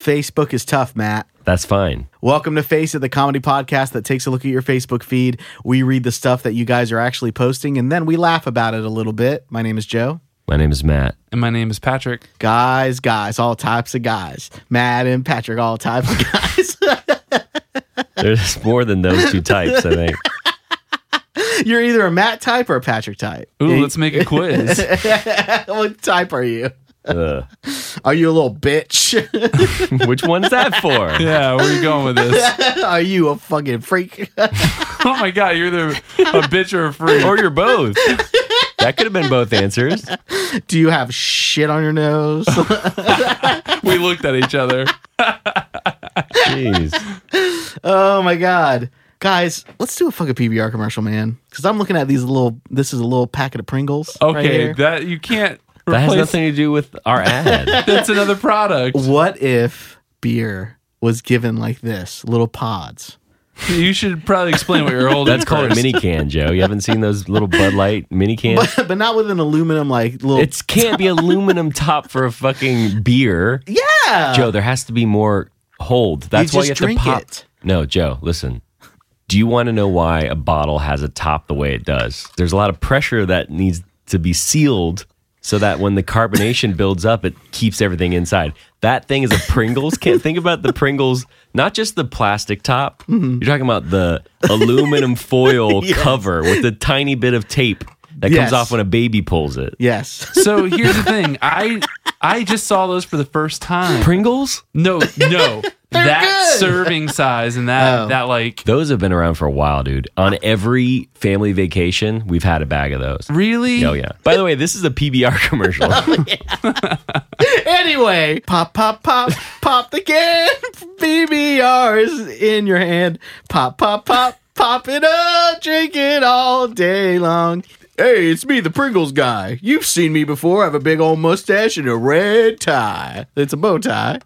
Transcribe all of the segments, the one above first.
Facebook is tough, Matt. That's fine. Welcome to Face It, the comedy podcast that takes a look at your Facebook feed. We read the stuff that you guys are actually posting and then we laugh about it a little bit. My name is Joe. My name is Matt. And my name is Patrick. Guys, guys, all types of guys. Matt and Patrick, all types of guys. There's more than those two types, I think. You're either a Matt type or a Patrick type. Ooh, let's make a quiz. what type are you? Ugh. Are you a little bitch? Which one's that for? yeah, where are you going with this? are you a fucking freak? Oh my god, you're either a bitch or a freak. Or you're both. That could have been both answers. Do you have shit on your nose? We looked at each other. Jeez. oh my god. Guys, let's do a fucking PBR commercial, man. Because I'm looking at these little. This is a little packet of Pringles. right Okay, here. that you can't That has replace- nothing to do with our ad. That's another product. what if beer was given like this, little pods? You should probably explain what you're holding. That's called a first. mini can, Joe. You haven't seen those little Bud Light mini cans? But, but not with an aluminum like little. It can't be aluminum top for a fucking beer. yeah. Joe, there has to be more hold. That's Uh, why just you have to drink pop. it. No, Joe, listen. Do you want to know why a bottle has a top the way it does? There's a lot of pressure that needs to be sealed so that when the carbonation builds up, it keeps everything inside. That thing is a Pringles can. Think about the Pringles, not just the plastic top. Mm-hmm. You're talking about the aluminum foil cover with the tiny bit of tape that Yes. comes off when a baby pulls it. Yes. So here's the thing. I I just saw those for the first time. Pringles? No, no. that good. serving size and that Oh. that like Those have been around for a while, dude. On every family vacation, we've had a bag of those. really Oh yeah. By the way, this is a PBR commercial. anyway, pop, pop, pop, pop the can. BBR is in your hand. Pop, pop, pop, pop it up. Drink it all day long. Hey, it's me, the Pringles guy. You've seen me before. I have a big old mustache and a red tie. It's a bow tie.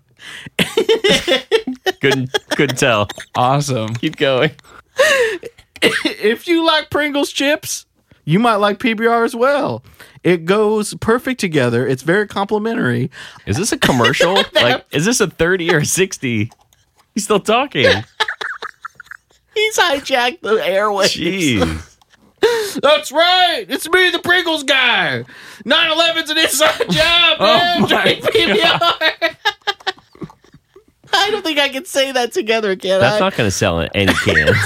couldn't couldn't tell. awesome. Keep going. if you like Pringles chips, you might like PBR as well. It goes perfect together. It's very complimentary. Is this a commercial? like, is this a thirty or a sixty? He's still talking. He's hijacked the airwaves. Jeez. That's right. It's me, the Pringles guy. 9 11's an inside job, man. my Drink PBR. I don't think I can say that together, can I? That's not gonna sell in any cans.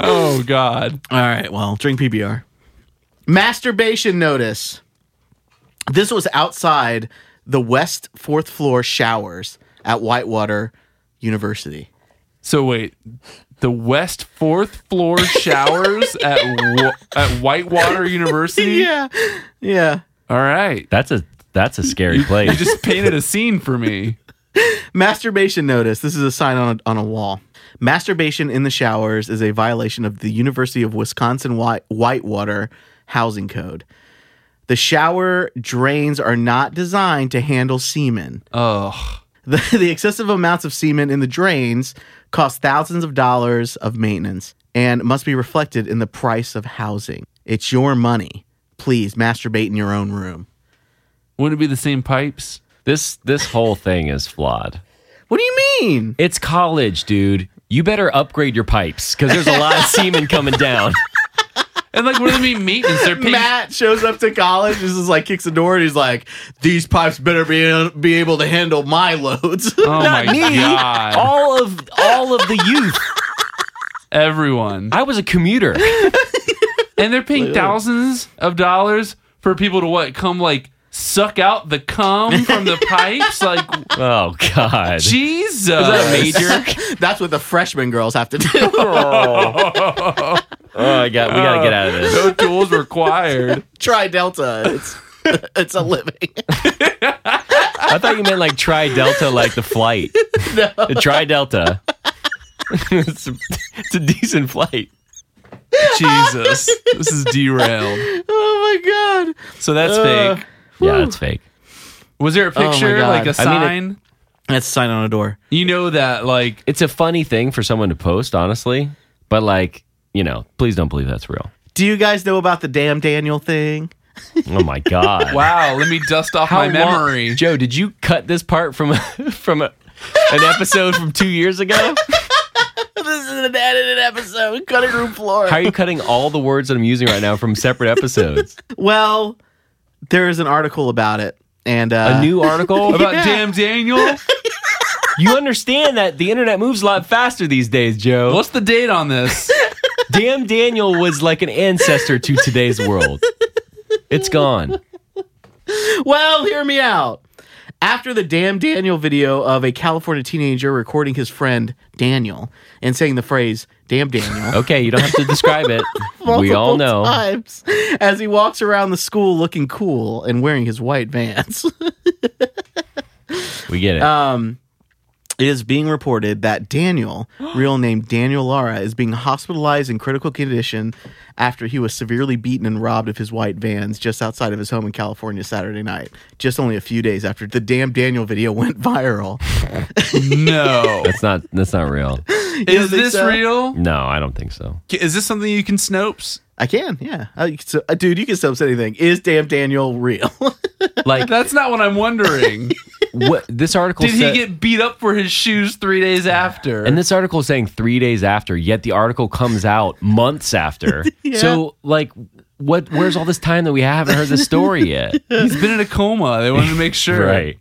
Oh god. All right, well, drink PBR. Masturbation notice. This was outside the West fourth floor showers at Whitewater University. So wait, the West Fourth Floor showers at Wa- at Whitewater University. Yeah. Yeah. All right, That's a that's a scary place. you just painted a scene for me. Masturbation notice. This is a sign on a, on a wall. Masturbation in the showers is a violation of the University of Wisconsin White- Whitewater Housing Code. The shower drains are not designed to handle semen. Oh, The, the excessive amounts of semen in the drains cost thousands of dollars of maintenance and must be reflected in the price of housing. It's your money. Please masturbate in your own room. wouldn't it be the same pipes? this this whole thing is flawed. What do you mean? It's college, dude. You better upgrade your pipes because there's a lot of semen coming down. And like, what do they mean maintenance? They're paying. Matt shows up to college. This is like kicks the door and he's like, "These pipes better be be able to handle my loads." oh my god! All of all of the youth. Everyone, I was a commuter. and they're paying thousands of dollars for people to what? Come like suck out the cum from the pipes? Like Oh God. Jesus! That's what the freshman girls have to do. oh, I got. We gotta get out of this. No tools required. Try Delta. It's it's a living. I thought you meant like Tri Delta, like the flight. No. Tri Delta. it's, a, it's a decent flight. Jesus, this is derailed. Oh my god. So that's Uh, oh fake. Yeah, it's fake. Was there a my picture, God. I like mean, a it- sign? That's a sign on a door. you know that, like, It's a funny thing for someone to post, honestly. But like, you know, please don't believe that's real. Do you guys know about the damn Daniel thing? Oh my god! Wow, let me dust off my long- memory. Joe, did you cut this part from from a, an episode from two years ago? this is an edited episode. Cutting room floor. How are you cutting all the words that I'm using right now from separate episodes? well, there is an article about it, and uh, A new article About Yeah. damn Daniel. You understand that the internet moves a lot faster these days, Joe. What's the date on this? Damn Daniel was like an ancestor to today's world. It's gone. Well, hear me out. After the damn Daniel video of a California teenager recording his friend Daniel and saying the phrase "damn Daniel." Okay, you don't have to describe it. we multiple all know. times as he walks around the school looking cool and wearing his white vans. We get it. Uh, It is being reported that Daniel, real name Daniel Lara, is being hospitalized in critical condition after he was severely beaten and robbed of his white vans just outside of his home in California Saturday night, just only a few days after the damn Daniel video went viral. No. that's not that's not real. don't Is think this so? real? No, I don't think so. Is this something you can snopes? I can, yeah. Uh, you can so, uh, dude, you can subs anything. Is damn Daniel real? Like That's not what I'm wondering. what this article Did he said- get beat up for his shoes three days after? And this article is saying three days after, yet the article comes out months after. Yeah. So, like, what? Where's all this time that we haven't heard the story yet? he's been in a coma. They wanted to make sure.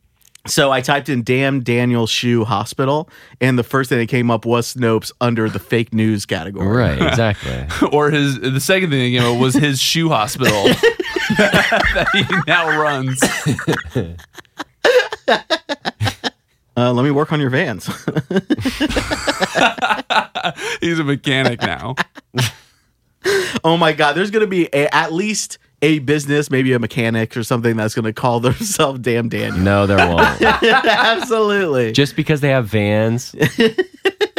so I typed in damn Daniel Shoe Hospital, and the first thing that came up was Snopes under the fake news category. right, exactly. Or his the second thing you know was his shoe hospital that he now runs. Uh, let me work on your vans. He's a mechanic now. Oh my God, there's going to be a, at least a business, maybe a mechanic or something that's going to call themselves Damn Daniel. No, there won't. Absolutely. Just because they have vans,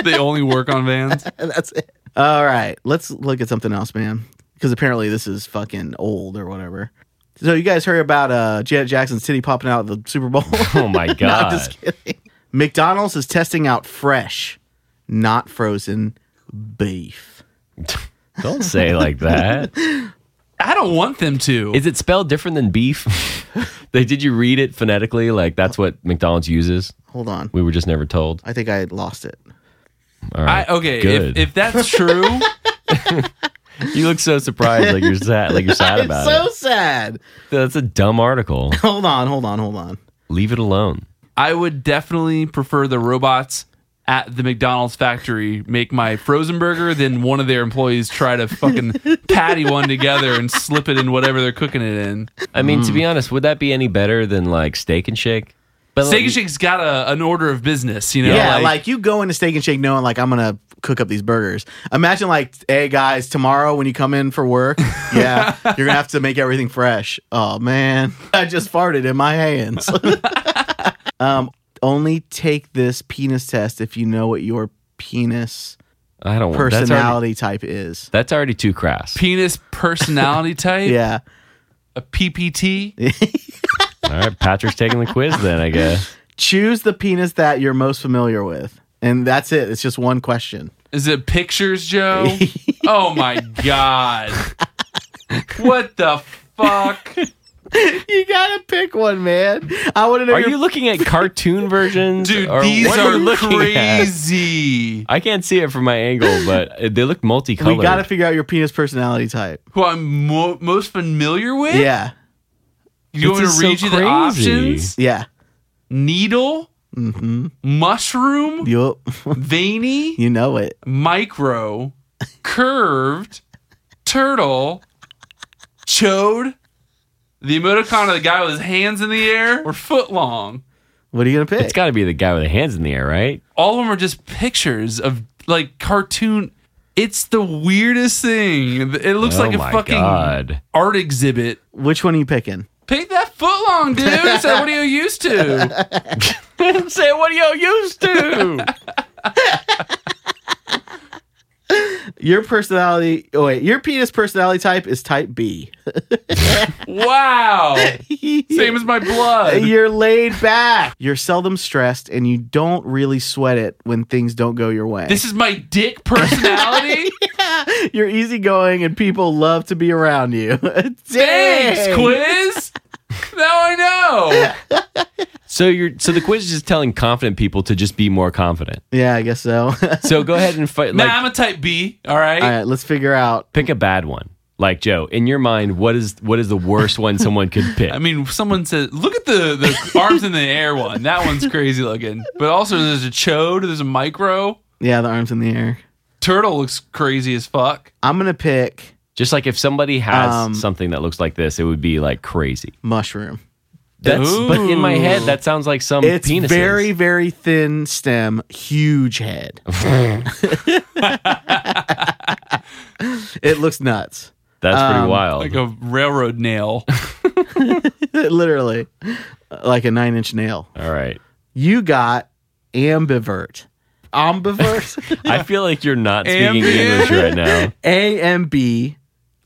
They only work on vans. that's it. All right, let's look at something else, man. Because apparently this is fucking old or whatever. So you guys heard about uh, Janet Jackson's titty popping out of the Super Bowl? oh my no, god, I'm just kidding. McDonald's is testing out fresh, not frozen beef. don't say it like that. I don't want them to. Is it spelled different than beef? They- Did you read it phonetically? Like that's what McDonald's uses. Hold on. We were just never told. I think I had lost it. All I, right, okay, good. if, if that's true, you look so surprised, like you're sad, like you're sad I'm about so it. sad. That's a dumb article. Hold on, hold on, hold on. Leave it alone. I would definitely prefer the robots at the McDonald's factory make my frozen burger than one of their employees try to fucking patty one together and slip it in whatever they're cooking it in. I mean, to be Mm. honest, would that be any better than like Steak and Shake? But Steak and like, Shake's got a, an order of business, you know? Yeah, like, you go into Steak and Shake knowing like I'm gonna cook up these burgers. Imagine like, hey guys, tomorrow when you come in for work, yeah, you're gonna have to make everything fresh. Oh man, I just farted in my hands. um, only take this penis test if you know what your penis I don't want that's already, personality type is. that's already too crass. penis personality type, Yeah, a PPT. All right, Patrick's taking the quiz then, I guess. choose the penis that you're most familiar with, and that's it. It's just one question. Is it pictures, Joe? oh my god. What the fuck? You gotta pick one, man. I want to know. Are your- you looking at cartoon versions? Dude, or these what are you looking at? crazy. I can't see it from my angle, but uh, they look multicolored. we gotta figure out your penis personality type. Who I'm mo- most familiar with? Yeah, This You want me is to so read you the crazy. options? yeah. Needle, mushroom, You veiny, you know it. micro, curved, turtle, chode. The emoticon of the guy with his hands in the air or foot long. What are you gonna pick? It's got to be the guy with the hands in the air, right? all of them are just pictures of like cartoon. It's the weirdest thing. It looks Oh like a my fucking God. art exhibit. Which one are you picking? Pick that footlong, dude. Say what are you used to? Say, what are you used to? Your personality. Oh wait, your penis personality type is type B. Wow. Same as my blood. You're laid back. You're seldom stressed, and you don't really sweat it when things don't go your way. This is my dick personality? You're easygoing, and people love to be around you. Dang. Thanks, quiz. Now I know. So you're so the quiz is just telling confident people to just be more confident. Yeah, I guess so. So go ahead and fight. Nah, Like, I'm a type B. All right. All right, let's figure out. pick a bad one. Like Joe, in your mind, what is what is the worst one someone could pick? I mean, someone said, "Look at the the arms in the air one. That one's crazy looking." But also, there's a chode. There's a micro Yeah, the arms in the air. turtle. Looks crazy as fuck. I'm gonna pick Just like if somebody has Um, something that looks like this, it would be like crazy. mushroom. That's but in my head, Ooh. that sounds like some It's penises. very, very thin stem, huge head. it looks nuts. That's pretty um, wild. Like a railroad nail. Literally, like a nine inch nail. All right. You got ambivert. Ambivert? I feel like you're not speaking Ambient. English right now. A M B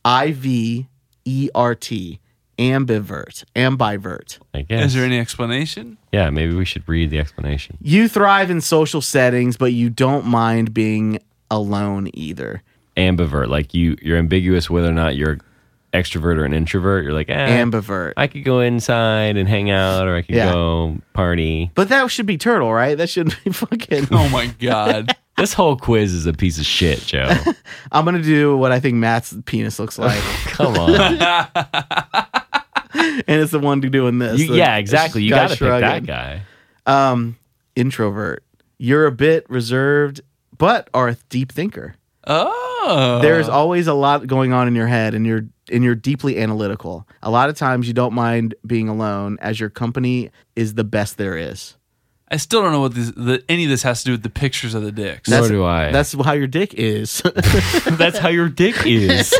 I V E R T. Ambivert. Ambivert. I guess. Is there any explanation? yeah, maybe we should read the explanation. You thrive in social settings, but you don't mind being alone either. Ambivert, like you, you're ambiguous whether or not you're extrovert or an introvert. You're like, eh, Ambivert. I could go inside and hang out, or I could Yeah. go party. But that should be turtle, right? That should be fucking. Oh my god. This whole quiz is a piece of shit, Joe. I'm gonna do what I think Matt's penis looks like, Come on. and it's the one doing this. You- The yeah, exactly. You guy got to pick that shrugging. guy. Um, introvert. You're a bit reserved, but are a deep thinker. Oh. There's always a lot going on in your head, and you're and you're deeply analytical. A lot of times, you don't mind being alone, as your company is the best there is. I still don't know what this, the, any of this has to do with the pictures of the dicks. Nor do I. That's how your dick is. That's how your dick is.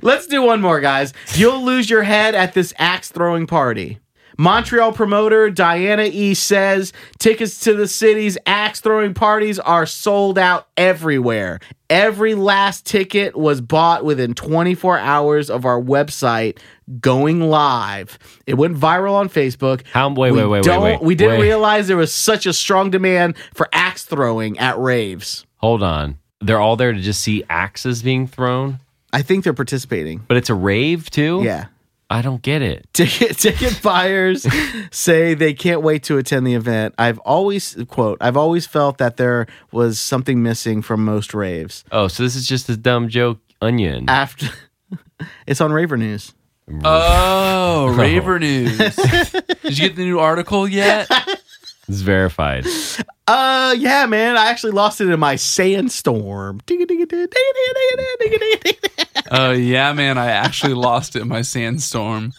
Let's do one more, guys. You'll lose your head at this axe throwing party. Montreal promoter Diana E says tickets to the city's axe throwing parties are sold out everywhere. Every last ticket was bought within 24 hours of our website going live. It went viral on Facebook. How? Wait, we wait, wait, wait, don't- wait. We didn't wait. realize there was such a strong demand for axe throwing at raves. Hold on. They're all there to just see axes being thrown, I think they're participating. but it's a rave too. Yeah. I don't get it. ticket ticket buyers say they can't wait to attend the event. I've always quote, I've always felt that there was something missing from most raves. Oh, so this is just a dumb joke onion. After it's on Raver News. Oh, Raver News. Did you get the new article yet? It's verified. Uh yeah, man. I actually lost it in my sandstorm. Digga-digga-digga-digga-digga-digga-digga-digga-digga. Oh yeah, man. I actually lost it in my sandstorm.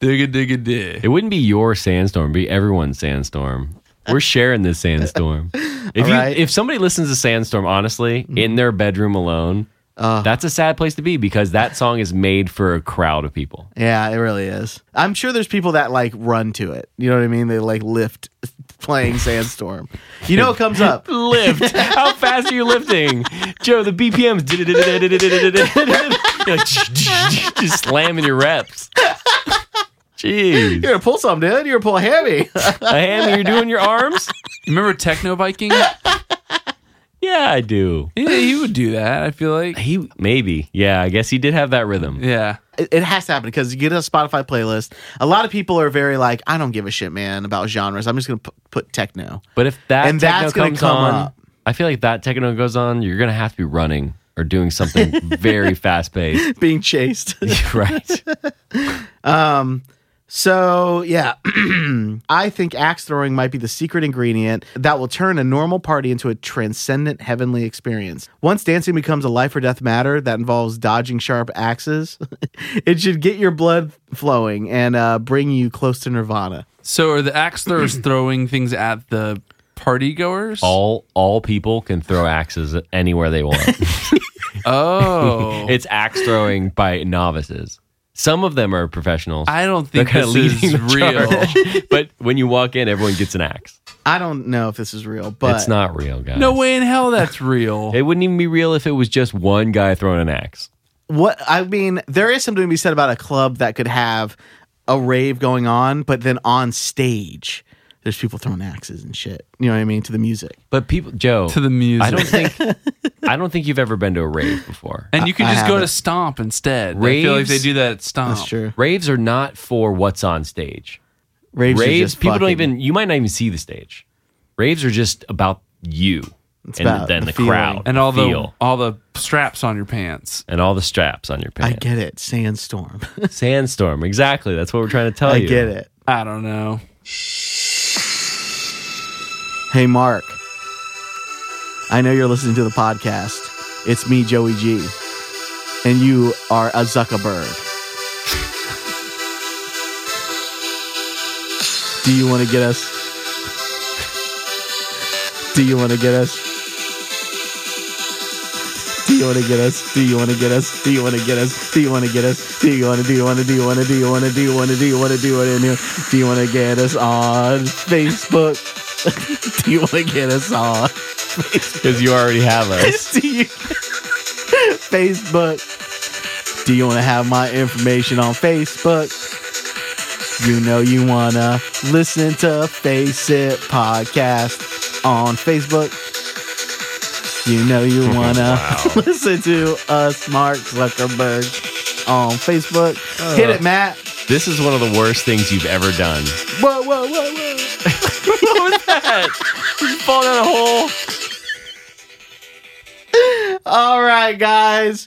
Digga digga dig. It wouldn't be your sandstorm, it'd be everyone's sandstorm. We're sharing this sandstorm. If you, Alright. if somebody listens to Sandstorm, honestly, in their bedroom alone, that's a sad place to be because that song is made for a crowd of people. Yeah, it really is. I'm sure there's people that like run to it. You know what I mean? They like lift playing sandstorm. You know what comes up? Lift. How fast are you lifting? Joe, the BPMs. You're like, just slamming your reps. Jeez. You're gonna pull some, dude. You're gonna pull a hammy. A hammer, you're doing your arms? Remember Techno Viking? Yeah, I do. Yeah, he would do that. I feel like. He maybe. Yeah, I guess he did have that rhythm. Yeah. it it has to happen because you get a Spotify playlist. A lot of people are very like, I don't give a shit, man, about genres. I'm just gonna pu- put techno. But if that And techno that's gonna comes come on, up. I feel like that techno goes on, you're gonna have to be running or doing something very fast paced. Being chased. right. so yeah, I think axe throwing might be the secret ingredient that will turn a normal party into a transcendent heavenly experience. Once dancing becomes a life or death matter that involves dodging sharp axes, it should get your blood flowing and uh, bring you close to nirvana. So are the axe throwers throwing things at the party goers? All all people can throw axes anywhere they want. Oh. it's axe throwing by novices. Some of them are professionals. I don't They're think kinda this is leading the real. charge. but when you walk in, everyone gets an axe. I don't know if this is real, but it's not real, guys. No way in hell that's real. It wouldn't even be real if it was just one guy throwing an axe. what I mean, there is something to be said about a club that could have a rave going on, but then on stage, there's people throwing axes and shit. You know what I mean? To the music. But people, Joe, To the music. I don't think I don't think you've ever been to a rave before. and you can I just go haven't. to Stomp instead. I feel like Raves? they do that at Stomp. Oh. That's true. Raves are not for what's on stage. Raves, are Raves, just people don't fucking- even. You might not even see the stage. Raves are just about you and about then the the, feeling. crowd And all the feel, all the straps on your pants. and all the straps on your I pants. get it. Sandstorm. Oh, Sandstorm, exactly. That's what we're trying to tell I you. get it. I don't know. Hey, Mark. I know you're listening to the podcast. It's me, Joey G. And you are a Zuckerberg. Do you want to get us? Do you want to get us? Do you want to get us? Do you want to get us? Do you want to get us? Do you want to get us? Do you want to? Do you want to? Do you want to? Do you want to? Do you want to? Do you want to? Do you want to? Do you want to get us on Facebook? Do you want to get us on? Because you already have us. Do you Facebook? Do you want to have my information on Facebook? You know you wanna listen to Face It podcast on Facebook. You know you wanna listen to us, Mark Zuckerberg, on Facebook. Hit it, Matt. this is one of the worst things you've ever done. Whoa, whoa, whoa, whoa. what was that? You fall down a hole. All right, guys.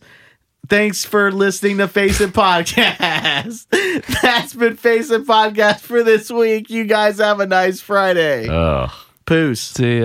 Thanks for listening to Face It Podcast. That's been Uh, Face It Podcast for this week. You guys have a nice Friday. Ugh. Peace. See ya.